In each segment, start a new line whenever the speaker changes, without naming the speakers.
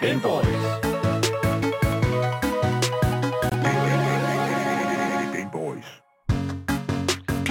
Gameboys. Gameboys.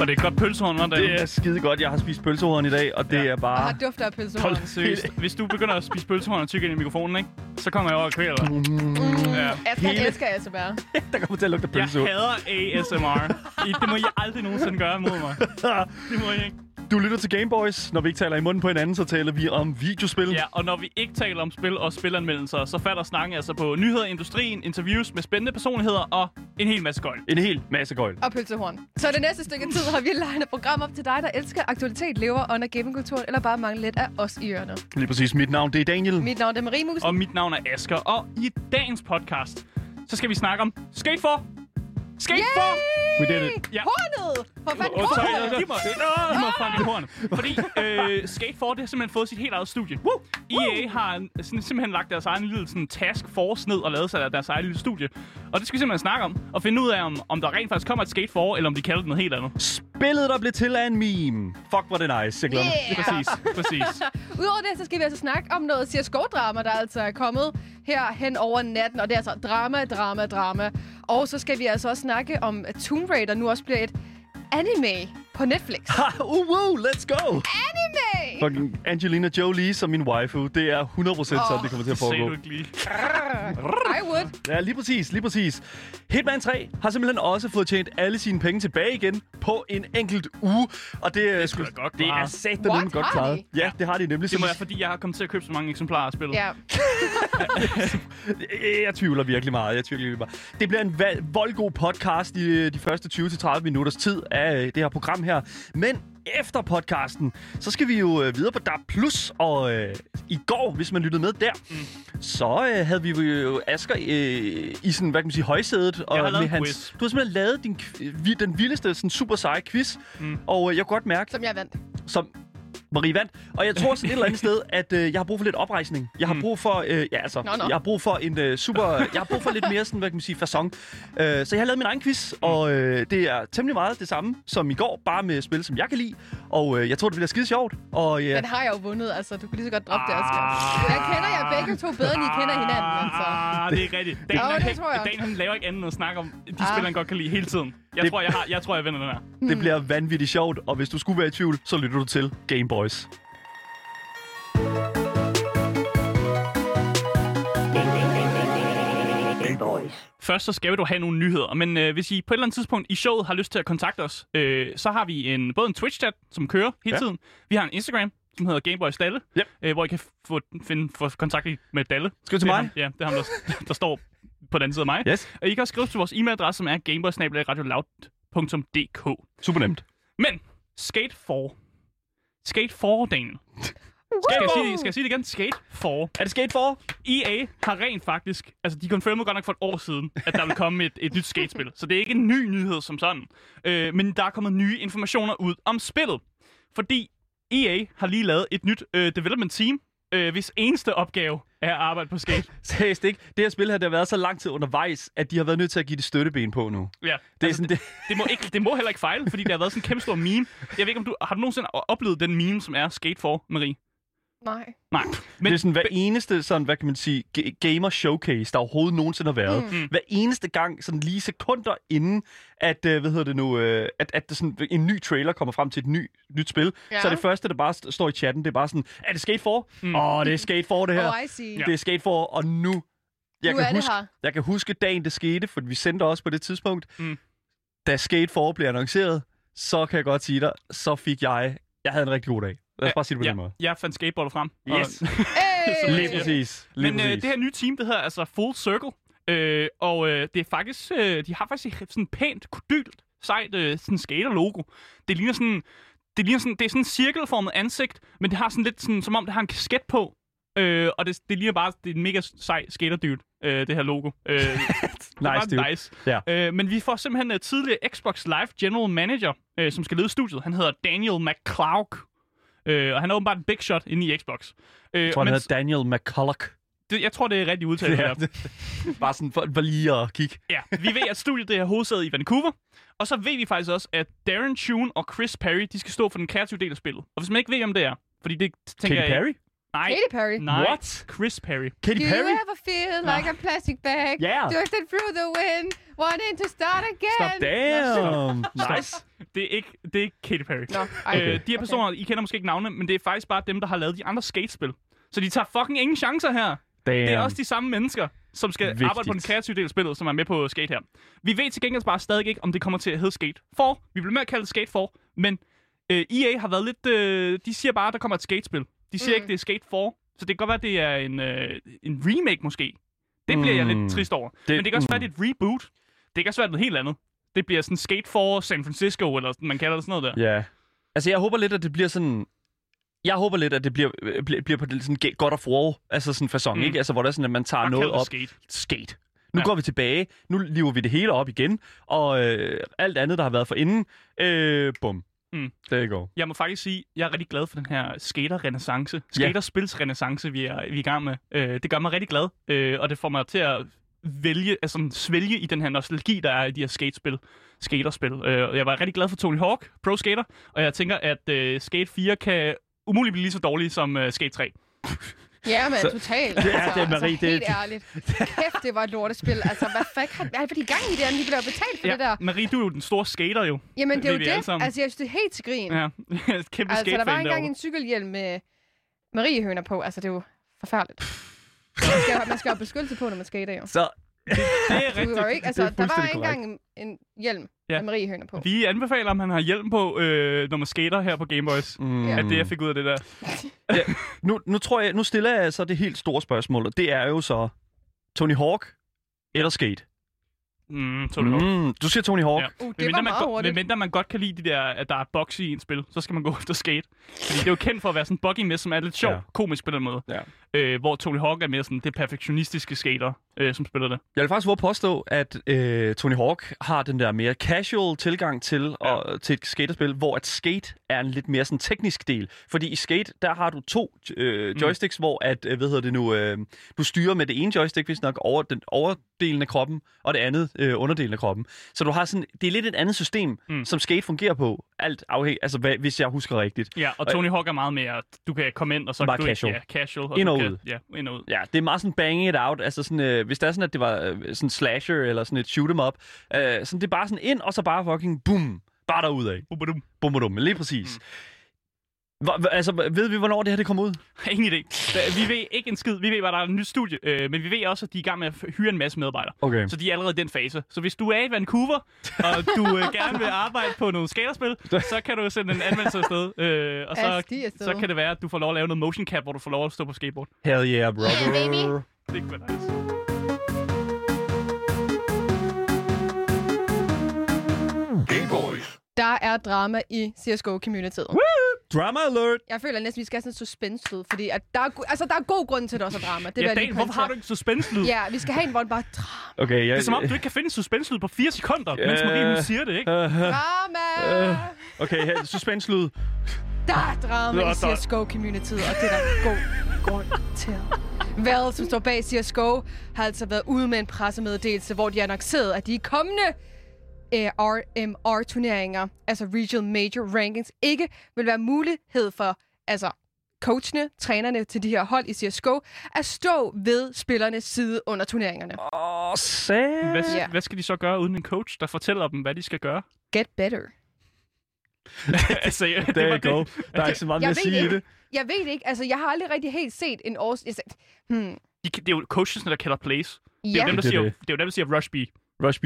Og det er godt pølsehorn, var
Det er skide godt. Jeg har spist pølsehorn i dag, og det
Ja.
er
Og
bare...
har dufter af pølsehorn.
Hold seriøst. Hvis du begynder at spise pølsehorn og tykke ind i mikrofonen, ikke? så kommer jeg over og kvæler dig.
Mm.
Ja.
Asger
Hele-
elsker ASMR.
Der kommer til at lugte af
Jeg
pølsehorn.
hader ASMR. I- Det må I aldrig nogensinde gøre mod mig. Det må I ikke.
Du lytter til Gameboys. Når vi ikke taler i munden på hinanden, så taler vi om videospil.
Ja, og når vi ikke taler om spil og spilanmeldelser, så falder snakken altså på nyheder i industrien, interviews med spændende personligheder og en hel masse gøjl.
En hel masse gøjl.
og pølsehorn. Så det næste stykke tid har vi legnet et program op til dig, der elsker aktualitet, lever under gamingkulturen, eller bare mangler lidt af os i ørerne.
Lige præcis. Mit navn, det er Daniel.
Mit navn er Marie Musen.
Og mit navn er Asker, og i dagens podcast, så skal vi snakke om Skate 4! Skate 4!
We did it.
Ja.
Hornet! For fanden,
Og så
hornet!
giv mig Åh, mig fra mit horn. Fordi øh, Skate 4 det har simpelthen fået sit helt eget studie. Woo! EA har en- sådan, simpelthen lagt deres egen lille sådan, task force ned og lavet sig deres egen lille studie. Og det skal vi simpelthen snakke om. Og finde ud af, om, om der rent faktisk kommer et Skate 4, eller om de kalder det noget helt andet.
Spillet, der blev til af en meme. Fuck, hvor det nice. Jeg glæder mig.
Yeah!
Præcis, præcis.
Udover det, så skal vi altså snakke om noget CSGO-drama, der altså er kommet her hen over natten. Og det er altså drama, drama, drama. Og så skal vi altså også snakke om, at Tomb Raider nu også bliver et anime på Netflix.
Ha, uh, woo, let's go!
Anime!
Fucking Angelina Jolie som min waifu, det er 100% oh, sådan,
Åh,
det kommer til at
Se
foregå.
du ikke lige.
I would.
Ja, lige præcis, lige præcis. Hitman 3 har simpelthen også fået tjent alle sine penge tilbage igen på en enkelt uge. Og det, det,
da godt
det er
klaret.
sat
What?
godt
Har
klaret.
de?
Ja, det har de nemlig.
Det må
Så-
være, fordi jeg har kommet til at købe så mange eksemplarer af spillet.
Ja.
Øh, Jeg tvivler virkelig meget. Jeg tvivler virkelig meget. Det bliver en val- voldgod podcast i øh, de første 20-30 minutters tid af øh, det her program her. Men efter podcasten, så skal vi jo øh, videre på DAB+. Plus, og øh, i går, hvis man lyttede med der, mm. så øh, havde vi jo Asger øh, i sådan, hvad kan man sige, højsædet. Og
har lavet en quiz.
Du har simpelthen lavet din, kv- vi- den vildeste, sådan super seje quiz. Mm. Og øh, jeg kunne godt mærke,
Som jeg vandt.
som Marie vandt. Og jeg tror sådan et eller andet sted, at øh, jeg har brug for lidt oprejsning. Jeg har brug for, øh, ja altså,
Nå, nå.
jeg har brug for en øh, super, jeg har brug for lidt mere sådan, hvad kan man sige, façon. Øh, så jeg har lavet min egen quiz, og øh, det er temmelig meget det samme som i går, bare med spil, som jeg kan lide. Og øh, jeg tror, det bliver skide sjovt. Og ja, Ah.
Den har jeg jo vundet, altså. Du kan lige så godt droppe det, Asger. Jeg kender jer begge to bedre, end I kender hinanden, altså.
Ah, det er rigtigt. Dan,
Jo,
han
det
kan ikke-
tror jeg.
Dan han laver ikke andet end at snakke om de
Ah.
spil, han godt kan lide hele tiden. Jeg,
Det-
tror, jeg, har, jeg tror, jeg vinder den her.
det bliver vanvittigt sjovt. Og hvis du skulle være i tvivl, så lytter du til Game Boys.
Gameboys.
Først så skal du have nogle nyheder, men øh, hvis I på et eller andet tidspunkt i showet har lyst til at kontakte os, øh, så har vi en, både en Twitch-chat, som kører hele
Ja.
ja. tiden. Vi har en Instagram, som hedder Gameboy Stalle,
Ja.
øh, hvor I kan få, finde, få kontakt i- med Dalle.
Skriv til
Det er
mig.
Ham, ja, det er ham, der, der står på den anden side af mig.
Yes,
Og I kan også skrive til vores e-mailadresse, som er gameboysnabelagradioloud.dk.
super nemt.
Men Skate 4. Skate 4, Daniel. Skal jeg, sige, det- skal jeg sige det igen? Skate 4.
Er det skate for?
EA E har rent faktisk, altså de confirmede godt nok for et år siden, at der vil komme et, et nyt skatespil. Så det er ikke en ny nyhed som sådan. Øh, men der er kommet nye informationer ud om spillet. Fordi EA har lige lavet et nyt øh, development team, øh, hvis eneste opgave er at arbejde på skate.
Seriøst ikke? Det her spil her, det har været så lang tid undervejs, at de har været nødt til at give det støtteben på nu.
Ja,
Det er sådan, det,
det, må ikke, det må heller ikke fejle, fordi det har været sådan en kæmpe stor meme. Jeg ved ikke, om du har du nogensinde o- oplevet den meme, som er Skate 4, Marie?
Nej.
Nej.
Men,
Men
det er sådan hver eneste, sådan, hvad kan man sige, ga- gamer showcase, der overhovedet nogensinde har været. Mm. Hver eneste gang, sådan lige sekunder inden, at, øh, hvad hedder det nu, øh, at, at der sådan, en ny trailer kommer frem til et ny, nyt spil, ja.
Ja.
så er det første, der bare st- står i chatten, det er bare sådan, er det Skate 4? Åh, mm. oh, det er Skate 4 det her.
Oh, I see.
Det er Skate 4, og nu... Jeg,
Nu er
kan
det
huske,
her.
jeg kan huske dagen, det skete, for vi sendte også på det tidspunkt.
Mm.
Da Skate 4 blev annonceret, så kan jeg godt sige dig, så fik jeg... Jeg havde en rigtig god dag. Lad os bare sige det på ja. den
jeg,
måde.
jeg fandt skateboardet frem.
Yes.
Og,
Hey!
Lige præcis. Lige
Men øh,
præcis.
det her nye team, det hedder altså Full Circle. Øh, og øh, det er faktisk, øh, de har faktisk et sådan pænt, kodylt, sejt øh, sådan skater-logo. Det ligner sådan, det ligner sådan, det er sådan en cirkelformet ansigt, men det har sådan lidt sådan, som om det har en kasket på. Øh, og det, det ligner bare, det er en mega sej skater øh, det her logo. Øh, nice,
Nice, dude.
nice.
Ja.
Øh, men vi får simpelthen uh, tidligere Xbox Live General Manager, øh, som skal lede studiet. Han hedder Daniel McClough. Øh, og han er åbenbart en big shot inde i Xbox. Øh,
Jeg tror, han
men-
hedder Daniel McCulloch.
det, jeg tror, det er rigtig udtalt.
Ja,
Ja.
det- Bare sådan for, for lige at kigge.
ja. Vi ved, at studiet det er hovedsædet i Vancouver. Og så ved vi faktisk også, at Darren Tune og Chris Perry, de skal stå for den kreative del af spillet. Og hvis man ikke ved, om det er, fordi det tænker
Katy
jeg...
Perry?
Nej.
Katy Perry.
Nej.
What?
Chris Perry.
Katy
Do
Perry?
you ever feel like a plastic bag?
Yeah.
Drifted through the wind, wanting to start again.
Stop, damn. Nice.
Det er ikke, det er ikke Katy Perry.
Nå, ej.
Øh, de her personer, I kender måske ikke navne, men det er faktisk bare dem, der har lavet de andre skatespil. Så de tager fucking ingen chancer her.
Damn.
Det er også de samme mennesker, som skal Vigtigt.
Øhm. Vigtigt.
arbejde på den kreative del af spillet, som er med på Skate her. Vi ved til gengæld bare stadig ikke, om det kommer til at hedde Skate 4. Vi bliver med at kalde det Skate 4, men øh, EA har været lidt... Øh, de siger bare, at der kommer et skatespil. De siger mm. ikke, det er Skate 4, så det kan godt være, det er en, øh, en remake måske. Det bliver mm. jeg
Mm.
lidt trist over.
Det-
Det, men det kan også
mm.
mm. være, det er et reboot. Det kan også være noget helt andet. Det bliver sådan Skate 4 San Francisco, eller sådan, man kalder det sådan noget der.
Ja. Altså, jeg håber lidt, at det bliver sådan... Jeg håber lidt, at det bliver, øh, bliver, bliver på det sådan ge- godt og for, altså sådan fasong, mm.
Mm.
ikke? Altså, hvor det er sådan, at man tager
Bare
noget
kald det
op.
Skate.
Skate. Nu ja.
Ja.
går vi tilbage. Nu lever vi det hele op igen. Og øh, alt andet, der har været for inden, øh, bum.
Mm.
Det går.
Jeg må faktisk sige, at jeg er rigtig glad for den her skater-renaissance. Skaterspils-renaissance, vi er, vi er i gang med. Øh, det gør mig rigtig glad, øh, og det får mig til at vælge, altså sådan svælge i den her nostalgi, der er i de her skatespil, skaterspil. Øh, og jeg var rigtig glad for Tony Hawk, Pro Skater, og jeg tænker, at øh, Skate 4 kan umuligt blive lige så dårlig som øh, Skate 3.
Ja, men
Så-
totalt.
Ja, det er Marie,
altså,
det-
helt ærligt. Kæft, det var et lortespil. Altså, hvad fanden har hvad er det i gang i det, at de bliver betalt for det der?
Marie, du er jo den store skater jo.
Jamen, det er
ved
jo
vi alle
det.
sammen.
Altså, jeg synes, det er helt til grin.
Ja, kæmpe
altså, der var
skatefan
engang en
derovre.
cykelhjelm med Mariehøner på. Altså, det er jo forfærdeligt. Man skal, jo- man skal jo have beskyttelse på, når man skater, jo.
Så
Det er
Du
rigtigt.
var jo ikke, altså,
Det er
der var
fuldstændig
engang en, en hjelm
Ja.
ja. med Mariehøner på.
Vi anbefaler, om han har hjelm på, øh, når man skater her på Gameboys.
Mm.
Ja. At det, jeg fik ud af det der.
nu, nu tror jeg, nu stiller jeg så det helt store spørgsmål, og det er jo så Tony Hawk eller skate.
Mm, Tony Hawk.
Mm, du siger Tony Hawk.
Ja.
Ja.
Uh, det
Medmindre
var
man,
meget
go-
hurtigt.
medmindre man godt kan lide de der, at der er boxe i en spil, så skal man gå efter skate. Fordi det er jo kendt for at være sådan en buggy med, som er lidt sjov,
Ja.
ja. komisk på den måde.
Ja.
Øh, hvor Tony Hawk er mere sådan det perfektionistiske skater, øh, som spiller det.
Jeg vil faktisk våge at påstå, at øh, Tony Hawk har den der mere casual tilgang til, ja. og, til et skatespil, hvor at skate er en lidt mere sådan teknisk del. Fordi i skate, der har du to øh, joysticks, mm. hvor at, øh, hvad hedder det nu, øh, du styrer med det ene joystick, hvis nok, over den overdelen af kroppen, og det andet øh, underdelen af kroppen. Så du har sådan, det er lidt et andet system, mm.
Mm.
som skate fungerer på, alt afhængig, altså hvad, hvis jeg husker rigtigt.
Ja, og Tony Hawk er meget mere, at du kan komme ind, og så
Bare
kan du
casual.
Ikke, ja, casual. Og
Ind
du
og
kan-
ud.
Ja, ind og ud.
Ja, det er meget sådan bang it out. Altså sådan, øh, hvis det er sådan, at det var øh, sådan slasher eller sådan et shoot 'em up. Øh, sådan, det er bare sådan ind, og så bare fucking boom. Bare derudad.
Ubadum.
Bum, bum, lige præcis. Mm. Hva, hva- altså, ved vi, hvornår det her det kommer ud?
Ingen idé. Da- Vi ved ikke en skid. Vi ved bare, der er et nyt studie. Øh, men vi ved også, at de er i gang med at f- hyre en masse medarbejdere.
Okay.
Så de er allerede i den fase. Så hvis du er i Vancouver, og du øh, gerne vil arbejde på nogle skaterspil, så kan du sende en anmeldelse afsted. Øh, og så,
Asti afsted.
så kan det være, at du får lov at lave noget motion cap, hvor du får lov at stå på skateboard.
Hell yeah, brother.
Yeah, baby.
Det kunne være nice.
Gay boys.
Der er drama i CSGO-communityet.
Drama alert.
Jeg føler næsten, vi skal have sådan en suspense fordi at der, er, go- altså, der er god grund til, at der også er drama. Det vil
Ja,
jeg lige
Dan, hvorfor har du ikke suspense lyd?
Ja, vi skal have en, hvor den bare drama.
Okay, jeg...
Det er som om, du ikke kan finde suspense lyd på 4 sekunder, mens Marie hun
Øh.
siger det, ikke?
drama.
Øh. Okay, her, suspenslyd.
Der er drama
Nå,
i
der-
CSGO-communityet, og det er der god grund til. Valve, som står bag CSGO, har altså været ude med en pressemeddelelse, hvor de annoncerede, at de kommende øh, RMR-turneringer, altså Regional Major Rankings, ikke vil være mulighed for altså coachene, trænerne til de her hold i CSGO, at stå ved spillernes side under turneringerne.
Åh, oh, sad.
Hvad,
Ja.
hvad skal de så gøre uden en coach, der fortæller dem, hvad de skal gøre?
Get better.
altså, ja, det
There
var
you go.
det.
Der er ikke så meget mere at sige i det.
Jeg ved det ikke. Altså, jeg har aldrig rigtig helt set en års... jeg sagde- Hmm.
De, det er jo coachesne, der kalder plays. Det er,
Ja,
jo dem, der
Det er
siger,
det.
det er jo dem, der siger rush B.
Rush B.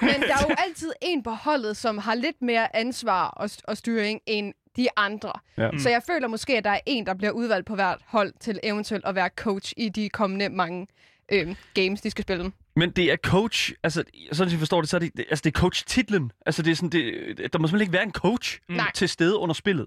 men der er jo altid en på holdet, som har lidt mere ansvar og, og styring end de andre.
Ja.
Så jeg føler måske, at der er en, der bliver udvalgt på hvert hold til eventuelt at være coach i de kommende mange øhm, games, de skal spille.
Men det er coach, altså sådan som jeg forstår det, så er det, det- altså, det er coach-titlen. Altså det er sådan, det, der må simpelthen ikke være en coach mm.
Nej.
til stede under spillet.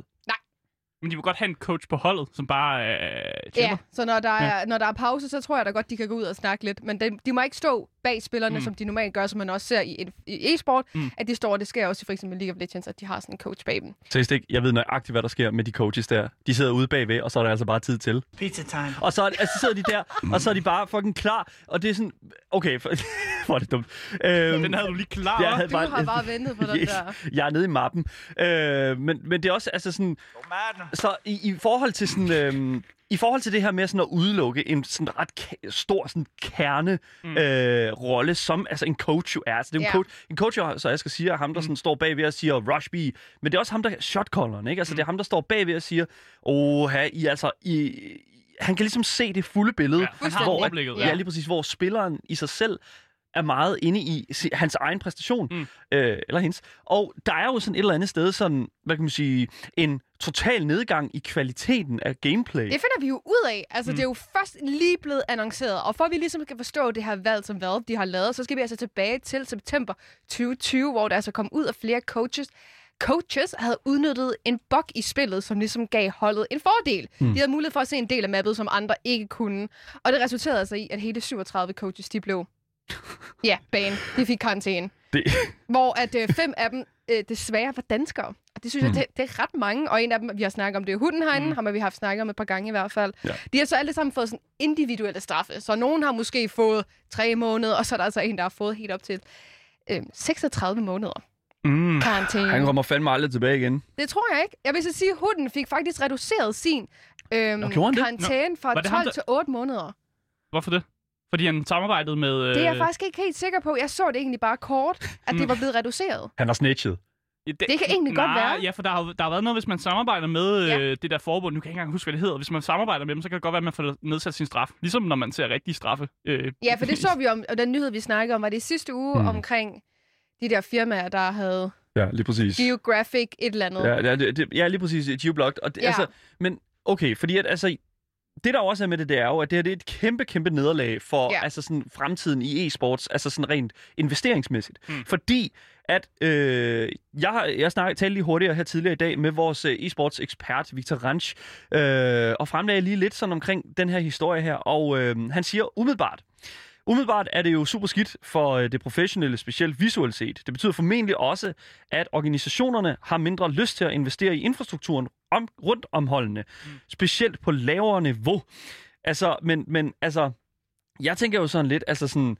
Men de vil godt have en coach på holdet, som bare øh, chiller.
Ja, så når der, er, når der er pause, så tror jeg da godt, de kan gå ud og snakke lidt. Men de, de må ikke stå bag spillerne, mm. som de normalt gør, som man også ser i, en- i e-sport, mm. at de står, og det sker også i for eksempel League of Legends, at de har sådan en coach bag dem.
Seriøst ikke, jeg ved nøjagtigt, hvad der sker med de coaches der. De sidder ude bagved, og så er der altså bare tid til.
Pizza time.
Og så, er det- altså, så sidder de der, og så er de bare fucking klar. Og det er sådan, okay, for, hvor er det dumt. Øhm,
Den havde du lige klar.
jeg havde
Du har bare ventet på den
Yes,
der.
Jeg er nede i mappen. Øh, men, men det er også altså sådan,
Go mad nu.
så i, i forhold til sådan, øhm, I forhold til det her med sådan at udelukke en sådan ret ke- stor sådan kerne mm. øh, rolle, som altså en coach jo er. Altså, det er jo
Ja.
en coach, en coach jo, så jeg skal sige, er ham, der sådan står bagved og siger, rush me. Men det er også ham, der er shotcalleren, ikke? Altså, det er ham, der står bagved og siger, åh, I altså, I, han kan ligesom se det fulde billede.
Ja, han har
Hvor-
overblikket.
Ja,
Ja.
lige præcis, hvor spilleren i sig selv er meget inde i si- hans egen præstation,
Mm.
mm. øh, eller hendes. Og der er jo sådan et eller andet sted, sådan, hvad kan man sige, en total nedgang i kvaliteten af gameplay.
Det finder vi jo ud af. Altså, mm. det er jo først lige blevet annonceret. Og for at vi ligesom kan forstå det her valg, som Valve de har lavet, så skal vi altså tilbage til september 2020, hvor der altså kom ud af flere coaches. Coaches havde udnyttet en bug i spillet, som ligesom gav holdet en fordel. Mm. De havde mulighed for at se en del af mappet, som andre ikke kunne. Og det resulterede altså i, at hele 37 coaches, de blev... ja, ban. De fik karantæne.
Det,
Hvor at øh, fem af dem øh, desværre var danskere. Og det synes mm. jeg, det, det er ret mange. Og en af dem, vi har snakket om, det er hunden herinde. Mm. Ham har vi haft snakket om et par gange i hvert fald.
Ja.
De har så alle sammen fået sådan individuelle straffe. Så nogen har måske fået tre måneder, og så er der altså en, der har fået helt op til øh, 36 måneder
Mm.
han
karantæne.
kommer fandme aldrig tilbage igen.
Det tror jeg ikke. Jeg vil så sige, at hunden fik faktisk reduceret sin øh,
gjorde han det?
karantæne
Var
fra
det ham,
12
der-
til 8 måneder.
Hvorfor det? Fordi han samarbejdede med... Øh...
Det er jeg faktisk ikke helt sikker på. Jeg så det egentlig bare kort, at
Mm.
det var blevet reduceret.
Han har snitchet.
Det kan egentlig godt
Nej,
være.
Ja, for der har, jo- der har været noget, hvis man samarbejder med
Ja.
ja. øh, det der forbund. Nu kan jeg ikke engang huske, hvad det hedder. Hvis man samarbejder med dem, så kan det godt være, at man får nedsat sin straf. Ligesom når man ser rigtige straffe. Øh,
Ja, for det så vi om, og den nyhed, vi snakkede om, var det i sidste uge
Mm.
mm. omkring de der firmaer, der havde
Ja, lige præcis.
Geographic et eller andet.
Ja, ja, det, det, ja lige præcis. Geoblocked. Og det,
Ja.
ja. altså, men okay, fordi at, altså, det der også er med det, det er jo, at det her det er et kæmpe, kæmpe nederlag for
Ja.
ja. altså sådan, fremtiden i e-sports, altså sådan rent investeringsmæssigt.
Mm.
Mm. Fordi at øh, jeg, har- jeg snak, talte lige hurtigere her tidligere i dag med vores øh, e-sports ekspert, Victor Ranch, øh, og fremlagde lige lidt sådan omkring den her historie her, og øh, han siger umiddelbart, Umiddelbart er det jo super skidt for øh, det professionelle, specielt visuelt set. Det betyder formentlig også, at organisationerne har mindre lyst til at investere i infrastrukturen om, rundt om holdene, mm. specielt på lavere niveau. Altså, men, men altså, jeg tænker jo sådan lidt, altså sådan,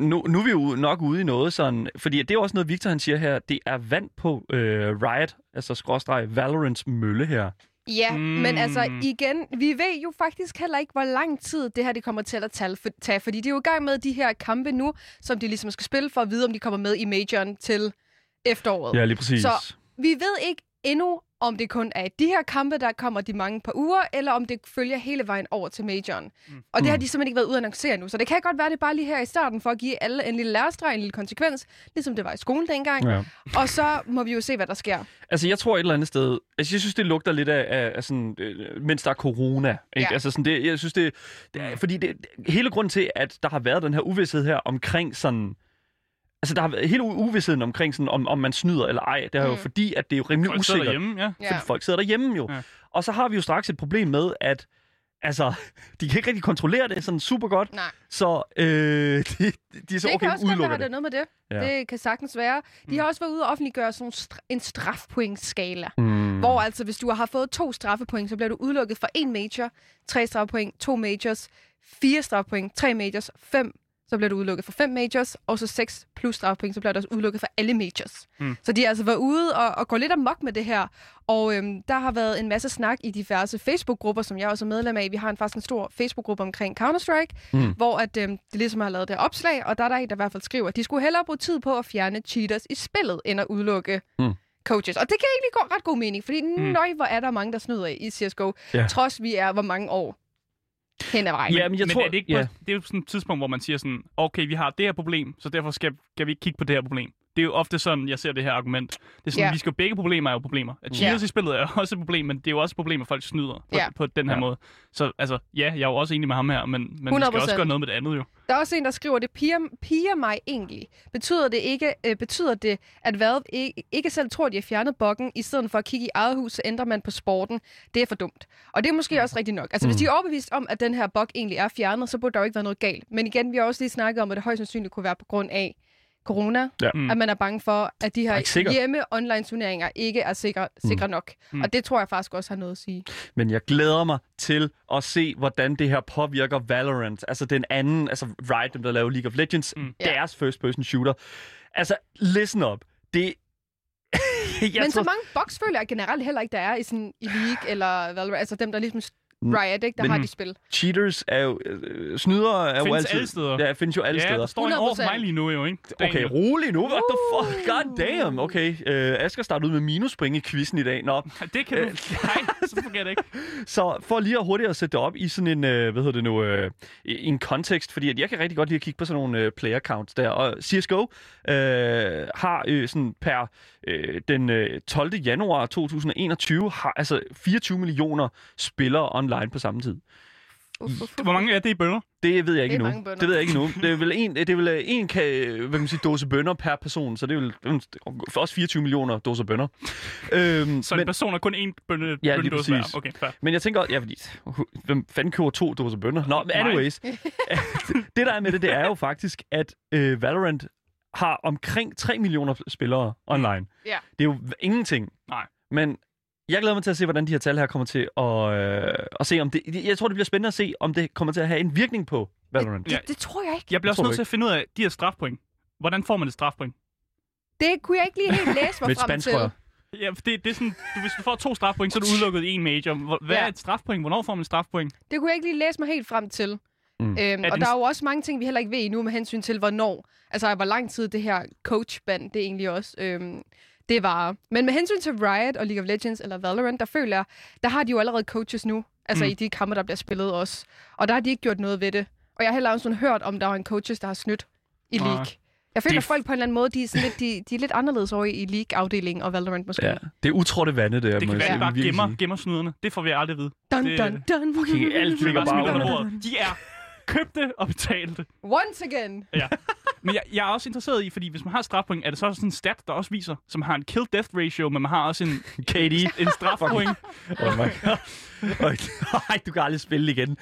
nu, nu er vi jo nok ude i noget sådan, fordi det er jo også noget, Victor han siger her, det er vand på øh, Riot, altså skråstreg Valorants mølle her.
Ja, mm. men altså
Mm.
igen, vi ved jo faktisk heller ikke, hvor lang tid det her det kommer til at tal- for- tage, fordi de er jo i gang med de her kampe nu, som de ligesom skal spille for at vide, om de kommer med i majoren til efteråret.
lige præcis.
Så- Vi ved ikke endnu, om det kun er i de her kampe, der kommer de mange par uger, eller om det følger hele vejen over til majoren. Mm. Og det har de simpelthen ikke været ude at annoncere nu. Så det kan godt være, det er bare lige her i starten, for at give alle en lille lærestreg, en lille konsekvens, ligesom det var i skolen dengang.
Ja.
Og så må vi jo se, hvad der sker.
Altså, jeg tror et eller andet sted... Altså, jeg synes, det lugter lidt af, af, af sådan... Øh, mens der er corona, ikke?
Ja. Mm.
Ja. Altså, sådan det... Jeg synes, det... det er, fordi det, det- hele grunden til, at der har været den her uvidshed her omkring sådan... Altså, der har været hele u- uvidsheden omkring sådan, om, om man snyder eller ej. Det er jo
Mm.
fordi, at det er jo rimelig
folk sidder
usikkert.
derhjemme, ja.
Fordi folk sidder derhjemme jo.
Ja.
Ja. Og så har vi jo straks et problem med, at altså, de kan ikke rigtig kontrollere det sådan super godt.
Nej.
Så øh, de, de er så
det
okay,
kan også godt
udelukker
være, der er
det.
noget med det. Ja.
Ja.
Det kan sagtens være. De har også været ude og offentliggøre sådan nogle stra- en strafpointskala.
Mm.
Hvor altså, hvis du har fået to straffepoint, så bliver du udelukket fra en major, tre straffepoint, to majors, fire straffepoint, tre majors, fem, så bliver du udelukket fra fem majors, og så seks plus straffepoint, så bliver du også udelukket fra alle majors. Mm. Så de har altså været ude og, og gå lidt amok med det her, og øhm, der har været en masse snak i diverse Facebook-grupper, som jeg også er medlem af. Vi har en faktisk en stor Facebook-gruppe omkring Counter-Strike, mm. hvor at, øhm, det ligesom har lavet det her opslag, og der er der en, der i hvert fald skriver, at de skulle hellere bruge tid på at fjerne cheaters i spillet, end at udelukke coaches. Og det kan egentlig gå ret god mening, fordi mm. nøj, hvor er der mange, der snyder i CSGO, ja.
Ja.
trods vi er hvor mange år hen ad vejen.
Ja, men jeg
men
tror...
er det ikke
ja.
på, det er jo sådan et tidspunkt, hvor man siger sådan, okay, vi har det her problem, så derfor skal, skal vi ikke kigge på det her problem. Det er jo ofte sådan, jeg ser det her argument. Det er sådan,
Ja.
vi skal jo begge problemer er jo problemer.
Mm.
At cheaters i spillet er også et problem, men det er jo også et problem, at folk snyder på,
Ja.
på den her
Ja.
måde. Så altså, ja, jeg er jo også enig med ham her, men, men vi skal
100%.
også gøre noget med det andet jo.
Der er også en, der skriver, det piger, piger mig egentlig. Betyder det, ikke, øh, betyder det, at Valve ikke, ikke selv tror, de har fjernet bokken, i stedet for at kigge i eget hus, så ændrer man på sporten? Det er for dumt. Og det er måske også rigtigt nok. Altså,
Mm.
hvis de er overbevist om, at den her bog egentlig er fjernet, så burde der jo ikke være noget galt. Men igen, vi har også lige snakket om, at det højst sandsynligt kunne være på grund af corona,
Ja.
mm. at man er bange for, at de
er
her
ikke sikkert.
hjemme-online-turneringer ikke er sikre, sikre nok. Mm. Og det tror jeg faktisk også har noget at sige.
Men jeg glæder mig til at se, hvordan det her påvirker Valorant. Altså den anden, altså Riot, dem der laver League of Legends, mm. deres first person shooter. Altså, listen up. Det... jeg
Men så mange boks føler jeg generelt heller ikke, der er i, sådan, i League eller Valorant. Altså dem, der ligesom Riot, ikke? Der
Mm. Men-
har de spil.
Cheaters er jo... Øh, snydere er jo
Findes
altid...
alle steder.
Ja, findes jo alle
ja, der
steder.
står en over for
100%.
mig lige nu, jo, ikke?
Okay,
Daniel.
rolig nu. What the fuck? God damn. Okay, øh, Asger starter ud med minuspring i quizzen i dag. Nå,
Det kan du...
Øh.
Nej, så fungerer det ikke.
så for lige at hurtigt at sætte det op i sådan en, øh, hvad hedder det nu, øh, i i en kontekst, fordi at jeg kan rigtig godt lide at kigge på sådan nogle øh, player counts der, og CSGO øh, har øh, sådan per øh, den øh, 12. januar 2021, har altså 24 millioner spillere online på samme tid.
Uf, uf, uf.
Hvor mange er det i bønder?
Det ved jeg
Det
ikke
er
endnu.
mange bønner.
Det ved jeg ikke endnu. Det er vel en, det er vel øh, en kan, øh, hvad kan man sige, dåse bønner per person, så det er vel øh, også 24 millioner dåser bønner. øhm,
Så en person er kun én bønne,
Ja, lige
bønnedåse hver.
præcis.
Okay, fair.
Men jeg tænker, ja, fordi, hu- hvem fanden køber to dåser bønner? Nå, men
Mig.
anyways. det, der er med det, det er jo faktisk, at øh, Valorant har omkring 3 millioner spillere online.
Ja.
Det er jo v- ingenting.
Mm. Nej.
Men jeg glæder mig til at se, hvordan de her tal her kommer til at, øh, at se, om det... Jeg tror, det bliver spændende at se, om det kommer til at have en virkning på Valorant.
Ja.
Det, det tror jeg ikke.
Jeg bliver også
tror
nødt
du
til at finde ud af, de her strafpoint. Hvordan får man et strafpoint?
Det kunne jeg ikke lige helt læse
Med
mig
et
frem
spansk
til.
rør.
Ja, for det, det er sådan, du, hvis du får to strafpoint, så er du udelukket i en major. Hvor- Hvad
Ja.
er et strafpoint? Hvornår får man et strafpoint?
Det kunne jeg ikke lige læse mig helt frem til.
Mm.
Mm. Øhm,
Er
og
den-
der er jo også mange ting, vi heller ikke ved endnu med hensyn til, hvornår. Altså, hvor lang tid det her coachband, det egentlig også... Øhm, det var. Men med hensyn til Riot og League of Legends eller Valorant, der føler jeg, der har de jo allerede coaches nu. Altså
Mm.
mm. i de kampe, der bliver spillet også. Og der har de ikke gjort noget ved det. Og jeg har heller aldrig sådan hørt, om der er en coaches, der har snydt i
Nej.
League. Jeg føler,
Det er
at folk på en eller anden måde, de er, sådan lidt, de, de er lidt anderledes over i- i League-afdelingen og Valorant måske.
Ja.
Ja.
Det er utrådte vande, det er.
Det
må
kan
jeg
være,
sige.
at de bare
Det vil jeg virkelig
gemmer,
sige.
gemmer snyderne. Det får vi aldrig at vide.
Dun,
Det-
dun, dun.
Fucking alt
Det
ligger
er bare smidt
bare
under
under.
bordet. De er købte og betalte.
Once again.
Men jeg, jeg er også interesseret i, fordi hvis man har et strafpoint, er det så også sådan en stat, der også viser, som har en kill-death ratio, men man har også en,
Katie.
en strafpoint.
Oh my god. Ej, du kan aldrig spille igen.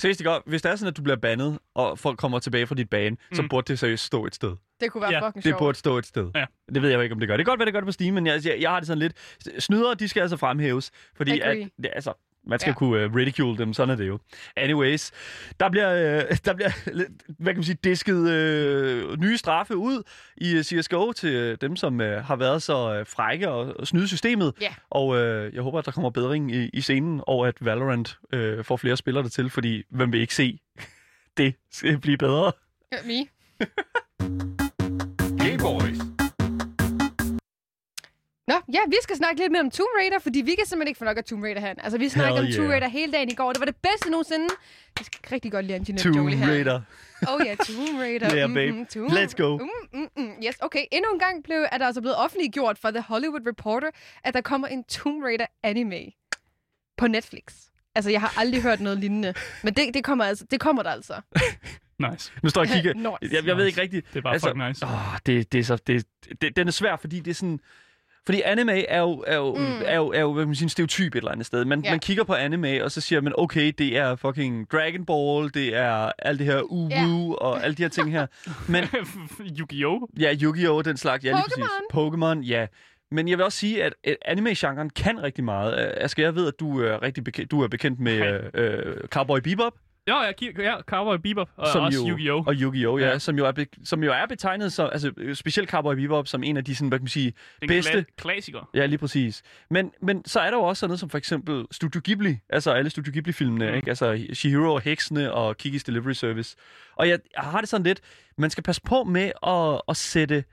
Seriøst, det går. Hvis det er sådan, at du bliver bandet, og folk kommer tilbage fra dit bane, mm. så
Mm.
burde det seriøst stå et sted.
Det kunne være
Ja,
ja, fucking
Det
sjovt.
burde stå et sted.
Ja.
Det ved jeg jo ikke, om det gør. Det kan godt være, det gør det på Steam, men jeg, jeg, jeg har det sådan lidt... Snydere, de skal altså fremhæves, fordi at,
Agree.
det, altså, man skal ja.
Ja.
kunne uh, ridicule dem, sådan er det jo. Anyways, der bliver, øh, der bliver lidt, hvad kan man sige, disket øh, nye straffe ud i øh, CSGO til øh, dem, som øh, har været så øh, frække og, og snyde systemet.
Ja.
Og øh, jeg håber, at der kommer bedring i, i scenen, og at Valorant øh, får flere spillere til, fordi hvem vil ikke se det skal blive bedre?
Ja, Me.
Gay boys.
Nå, ja, vi skal snakke lidt mere om Tomb Raider, fordi vi kan simpelthen ikke få nok af Tomb Raider her. Altså, vi snakkede om
yeah.
Tomb Raider hele dagen i går, og det var det bedste nogensinde. Jeg skal rigtig godt lide Angelina
Tomb
Jolie her.
Raider.
Oh ja, Tomb Raider.
Yeah, babe.
Mm, Tomb...
Let's go.
Mm, mm, mm. Yes, okay. Endnu en gang blev, er der altså blevet offentliggjort fra The Hollywood Reporter, at der kommer en Tomb Raider anime på Netflix. Altså, jeg har aldrig hørt noget lignende. Men det, det, kommer, altså, det kommer der altså.
Nice.
Nu står jeg og kigger.
Nice.
Jeg, jeg ved ikke rigtigt.
Det er bare
Altså,
altså, fucking nice.
Åh, det, det er så, det, det, den er svær, fordi det er sådan... Fordi anime er jo, er jo, mm.
Mm.
er jo, er jo hvad kan man sige, en stereotyp et eller andet sted. Man,
Ja.
man kigger på anime, og så siger man, okay, det er fucking Dragon Ball, det er alt det her uwu yeah. og alle de her ting her. Men
Yu-Gi-Oh!
ja, Yu-Gi-Oh! den slags, ja lige præcis.
Pokémon.
Pokémon, ja. Men jeg vil også sige, at øh, anime-genren kan rigtig meget. Øh, Asger, jeg ved, at du er, rigtig bekendt, du er bekendt med øh, øh, Cowboy Bebop,
Jo, jeg kigger, ja, Cowboy Bebop og
som
også
jo,
Yu-Gi-Oh!
Og Yu-Gi-Oh! Ja,
Ja.
Som, jo er, be- som jo er betegnet som, altså øh, specielt Cowboy Bebop, som en af de sådan, hvad kan man sige,
Den
bedste-
kla- klassiker.
Ja, lige præcis. Men, men så er der jo også sådan noget som for eksempel Studio Ghibli, altså alle Studio Ghibli-filmene,
Mm.
mm. ikke? Altså Shihiro og Heksene og Kikis Delivery Service. Og jeg, jeg har det sådan lidt, man skal passe på med at, at sætte,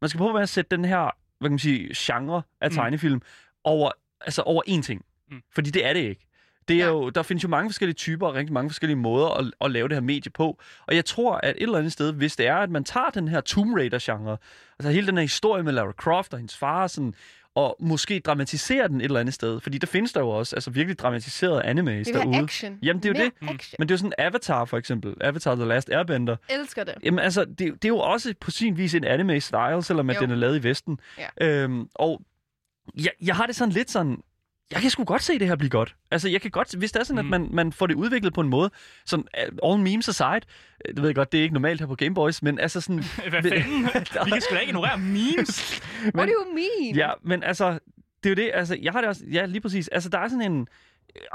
man skal passe på med at sætte den her, hvad kan man sige, genre af
Mm.
tegnefilm over, altså over én ting.
Mm.
Fordi det er det ikke. Det er
Nej.
jo, der findes jo mange forskellige typer og rigtig mange forskellige måder at, at lave det her medie på. Og jeg tror, at et eller andet sted, hvis det er, at man tager den her Tomb Raider-genre, altså hele den her historie med Lara Croft og hendes far, sådan, og måske dramatisere den et eller andet sted. Fordi der findes der jo også altså virkelig dramatiserede animes
Vi vil
derude.
have action.
Jamen, det er jo
Mere
det.
Action.
Men det er jo sådan Avatar for eksempel. Avatar The Last Airbender.
Elsker det.
Jamen altså, det, det er jo også på sin vis en anime-style, selvom at
Jo.
den er lavet i Vesten. Ja. Øhm, og jeg, jeg har det sådan lidt sådan, jeg kan sgu godt se det her blive godt. Altså, jeg kan godt, hvis det er sådan,
Mm.
mm. at man, man får det udviklet på en måde, sådan øh, all memes aside, øh, det ved jeg godt, det er ikke normalt her på Game Boys, men altså sådan,
Hvad fanden? Vi kan sgu da ikke ignorere memes.
What do you mean?
ja, men altså, det er jo det, altså, jeg har det også, ja, lige præcis, altså, der er sådan en,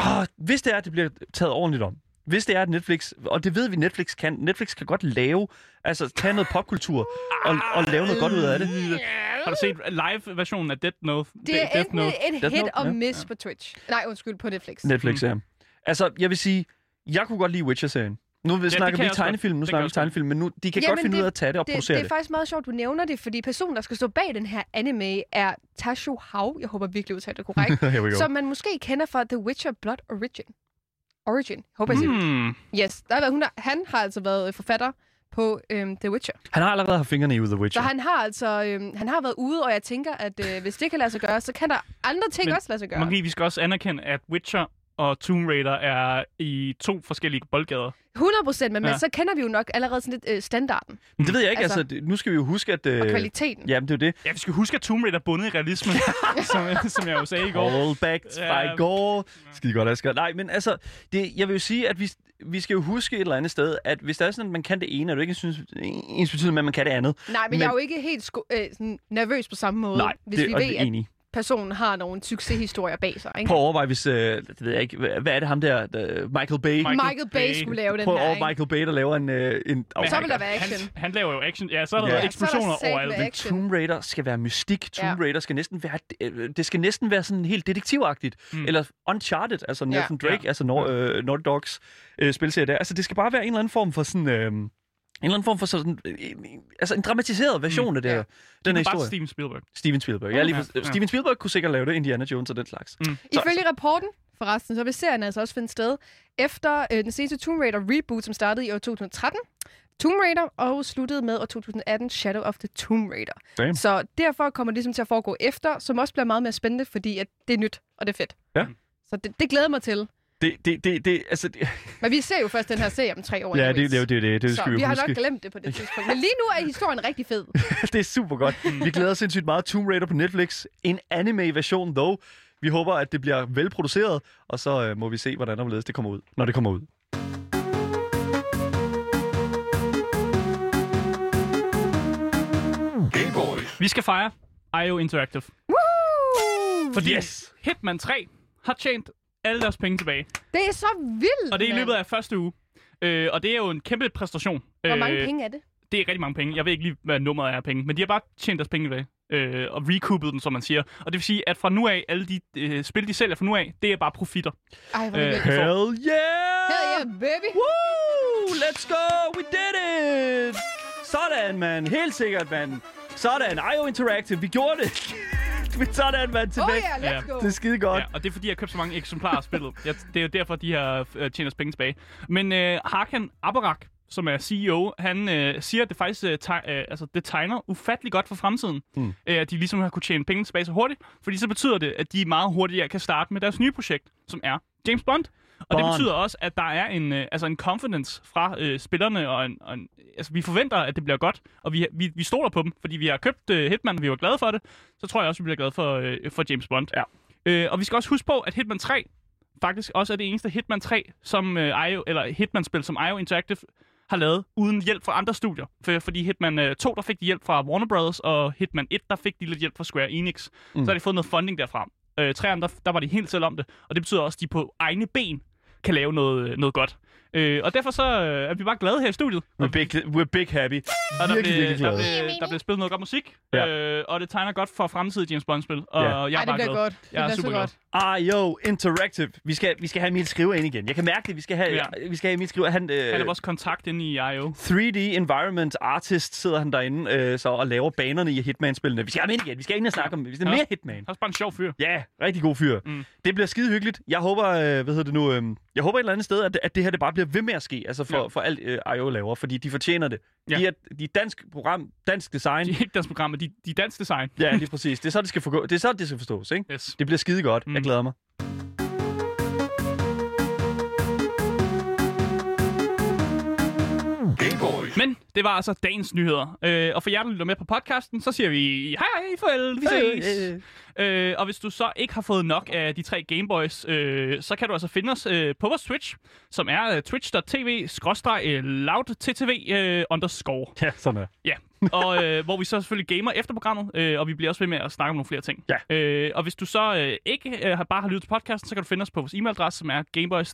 åh, hvis det er, at det bliver taget ordentligt om, hvis det er, at Netflix, og det ved vi, Netflix kan, Netflix kan godt lave, altså, tage noget popkultur og, og lave noget godt ud af det.
Mm. Har du set live-versionen af Death Note?
Det er
Death
enten
Note?
et
Death
hit
Note,
og
ja.
miss på Twitch. Nej, undskyld, på Netflix.
Netflix, mm. ja. Altså, jeg vil sige, jeg kunne godt lide Witcher-serien. Nu ja,
det
snakker
kan
vi
jeg
ikke
også godt.
tegnefilm,
Det
nu
kan
snakker
jeg
vi
også godt.
tegnefilm, men nu, de kan
Jamen,
godt finde
det-
ud af at tage det og
Det,
producere
det
det.
er faktisk meget sjovt, du nævner det, fordi personen, der skal stå bag den her anime, er Tasho Hav, jeg håber virkelig udtaler det korrekt,
Here we go.
som man måske kender fra The Witcher Blood Origin. Origin, håber jeg mm.
Hmm.
Yes, der har været, hun har, han har altså været øh, forfatter på øhm, The Witcher.
Han har allerede haft fingrene i The
Så
Witcher.
han har altså øhm, han har været ude, og jeg tænker, at øh, hvis det kan lade sig gøre, så kan der andre ting
Men
også lade sig gøre.
Marie, vi skal også anerkende, at Witcher og Tomb Raider er i to forskellige boldgader.
100 procent, men, ja.
Ja.
men så kender vi jo nok allerede sådan lidt øh, standarden
Men det ved jeg ikke, altså, altså
Altså-
det- nu skal vi jo huske, at... Øh,
og kvaliteten.
Jamen, det er jo det.
Ja, vi skal huske, at Tomb Raider er bundet i realisme, som, som jeg jo sagde i går.
All back
Ja.
by går. Skide godt, Asger. Nej, men altså, det, jeg vil jo sige, at vi, vi skal jo huske et eller andet sted, at hvis det er sådan, at man kan det ene, er det jo ikke ens, ens betydende med, at man kan det andet.
Nej, men,
men-
men jeg er jo ikke helt sko- øh, sådan nervøs på samme måde,
Nej,
hvis
det,
vi
og
ved,
det er
at
enig.
personen har nogle succeshistorier bag sig. Ikke?
Prøv at overveje, hvis... Øh, det ved jeg ikke. Hvad hvad er det ham der? der Michael Bay?
Michael
Michael Bay
Bay.
skulle lave den
Prøv at
her, ikke?
overveje Michael Bay, der laver en... Øh, en oh
Men
my
så vil der
God.
være action.
Han, han laver jo action. Ja, så er der
Ja.
ja.
Ja,
eksplosioner
så er der
overalt.
satme
Men
action.
Tomb Raider skal være mystik. Tomb Raider skal næsten være... øh, Det skal næsten være sådan helt detektivagtigt.
Mm.
Mm. Eller Uncharted, altså Nathan Drake,
Ja.
altså Nor- øh, Naughty Dogs øh, spilserie der. Altså, det skal bare være en eller anden form for sådan... Øh, en eller anden form for sådan... Øh, en- altså, en dramatiseret version
Hmm.
af det
Ja.
her, den her
bare
historie.
Steven Spielberg.
Steven Spielberg. Ja, lige
Ja,
for,
ja.
Steven Spielberg kunne sikkert lave det, Indiana Jones og den slags.
Mm.
Så-
Ifølge rapporten, forresten, så vil serien altså også finde sted efter øh, den seneste Tomb Raider reboot, som startede i år 2013. Tomb Raider og sluttede med år 2018 Shadow of the Tomb Raider.
Damn.
Så derfor kommer det ligesom til at foregå efter, som også bliver meget mere spændende, fordi at det er nyt, og det er fedt.
Ja.
Så det, det glæder jeg mig til.
Det, det, det, det, altså, det,
Men vi ser jo først den her serie om tre år.
ja, det,
anyways.
det, det, det, det, det
så
skal vi
vi
jo
har
huske.
nok glemt det på det tidspunkt. Men lige nu er historien rigtig fed.
det er super godt. Vi glæder os sindssygt meget. Tomb Raider på Netflix. En anime-version dog. Vi håber, at det bliver velproduceret, og så øh, må vi se, hvordan og hvorledes det kommer ud, når det kommer ud.
Gay boys.
Vi skal fejre IO Interactive.
Woo!
Fordi
Yes!
Hitman 3 har tjent alle deres penge tilbage.
Det er så vildt,
Og det er i
mand.
løbet af første uge. Øh, og det er jo en kæmpe præstation.
Hvor mange
Øh,
penge er det?
Det er rigtig mange penge. Jeg ved ikke lige, hvad nummeret er af penge. Men de har bare tjent deres penge tilbage. Øh, og recoupet dem, som man siger. Og det vil sige, at fra nu af, alle de øh, spil, de sælger fra nu af, det er bare profitter.
Ej, hvor er det
øh,
vildt.
Hell yeah!
Hell yeah, baby!
Woo! Let's go! We did it! Sådan, mand. Helt sikkert, mand. Sådan. IO Interactive. Vi gjorde det. Men sådan, mand.
Åh oh,
Tilbage.
ja, let's
Ja.
go!
Det er skide godt.
Ja, og det er fordi, jeg har købt så mange eksemplarer af spillet. Jeg, det er jo derfor, de har øh, tjent os penge tilbage. Men øh, Harkan Abarak, som er CEO, han øh, siger, at det faktisk øh, teg- øh, altså, det tegner ufattelig godt for fremtiden. Mm. Øh, at de ligesom har kunne tjene penge tilbage så hurtigt. Fordi så betyder det, at de meget hurtigere kan starte med deres nye projekt, som er James Bond. Og det
Bond.
betyder også, at der er en, øh, altså en confidence fra øh, spillerne, og, en, og en, altså, vi forventer, at det bliver godt, og vi, vi, vi stoler på dem, fordi vi har købt øh, Hitman, og vi var glade for det. Så tror jeg også, vi bliver glade for, øh, for James Bond.
Ja.
Øh, og vi skal også huske på, at Hitman 3 faktisk også er det eneste Hitman 3, som øh, IO, eller Hitman-spil, som IO Interactive har lavet uden hjælp fra andre studier. For, fordi Hitman øh, 2, der fik de hjælp fra Warner Brothers, og Hitman 1, der fik de lidt hjælp fra Square Enix. Mm. Så har de fået noget funding derfra. Øh, træerne, der, der var de helt selv om det, og det betyder også, at de på egne ben kan lave noget, noget godt. Øh, og derfor så øh, er vi bare glade her i studiet.
We're big, we're big happy.
Og der,
Virkelig, virkelig
der,
glade.
blev, der blev spillet noget godt musik,
Ja.
øh, og det tegner godt for fremtidige James Bond-spil. Og
Ja.
jeg er
Ej, det
bare
bliver
glad.
godt. Det
Jeg er
bliver så
super
godt.
IO Interactive. Vi skal, vi skal have Emil Skriver ind igen. Jeg kan mærke det. Vi skal have, ja.
Ja.
vi skal have Emil Skriver. Han, øh,
Han er vores kontakt inde i IO.
3D Environment Artist sidder han derinde øh, så, og laver banerne i Hitman-spillene. Vi skal have ham ind igen. Vi skal ind og snakke om vi skal
Ja.
mere Hitman.
Han er også bare en sjov fyr.
Ja, rigtig god fyr. Mm.
Mm.
Det bliver skide hyggeligt. Jeg håber, øh, hvad hedder det nu, øh, jeg håber et eller andet sted, at, at det her det bare bliver ved med at ske, altså for, ja.
Ja.
for alt øh, IO laver, fordi de fortjener det. Ja.
Ja.
De, er, de er dansk program, dansk design.
De er ikke deres program, men de, de er dansk design.
Ja, lige præcis. Det er så, det skal, forgå, det er så, det skal forstås, ikke?
Yes.
Det bliver skide godt. Mm.
Mm.
Jeg glæder mig.
Gay boys.
Men det var altså dagens nyheder. Øh, og for jer, der lytter med på podcasten, så siger vi hej hej forældre, vi ses.
øh.
Øh, og hvis du så ikke har fået nok af de tre Gameboys, øh, så kan du altså finde os øh, på vores Twitch, som er øh, twitch.tv-loudttv øh, underscore.
Ja, sådan er.
Ja, og øh, hvor vi så selvfølgelig gamer efter programmet, øh, og vi bliver også ved med at snakke om nogle flere ting.
Ja.
Øh, og hvis du så øh, ikke øh, har- bare har lyttet til podcasten, så kan du finde os på vores e-mailadresse, som er gameboys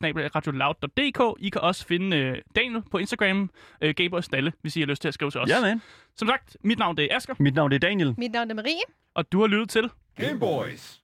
I kan også finde øh, Daniel på Instagram, øh, Gameboys Dalle, hvis I har lyst til at skrive til os.
Ja, man.
Som sagt, mit navn det er Asger,
Mit navn det er Daniel.
Mit navn er Marie.
og du har lyttet til
Gay boys.